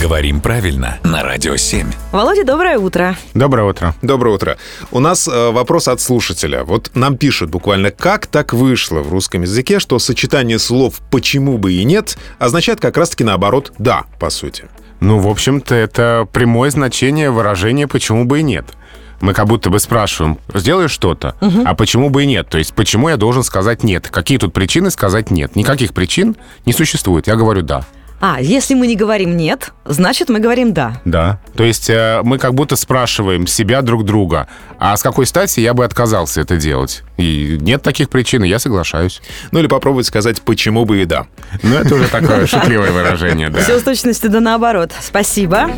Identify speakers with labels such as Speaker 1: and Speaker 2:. Speaker 1: Говорим правильно на Радио 7.
Speaker 2: Володя, доброе утро.
Speaker 3: Доброе утро.
Speaker 4: Доброе утро. У нас э, вопрос от слушателя. Вот нам пишут буквально, как так вышло в русском языке, что сочетание слов «почему бы и нет» означает как раз-таки наоборот «да», по сути.
Speaker 3: Ну, в общем-то, это прямое значение выражения «почему бы и нет». Мы как будто бы спрашиваем, сделай что-то, а почему бы и нет? То есть, почему я должен сказать «нет»? Какие тут причины сказать «нет»? Никаких причин не существует. Я говорю «да».
Speaker 2: А, если мы не говорим «нет», значит, мы говорим «да».
Speaker 3: Да. То есть э, мы как будто спрашиваем себя друг друга, а с какой стати я бы отказался это делать? И нет таких причин, и я соглашаюсь.
Speaker 4: Ну или попробовать сказать «почему бы и да».
Speaker 3: Ну, это уже такое шутливое выражение, да.
Speaker 2: Все с точностью да наоборот. Спасибо.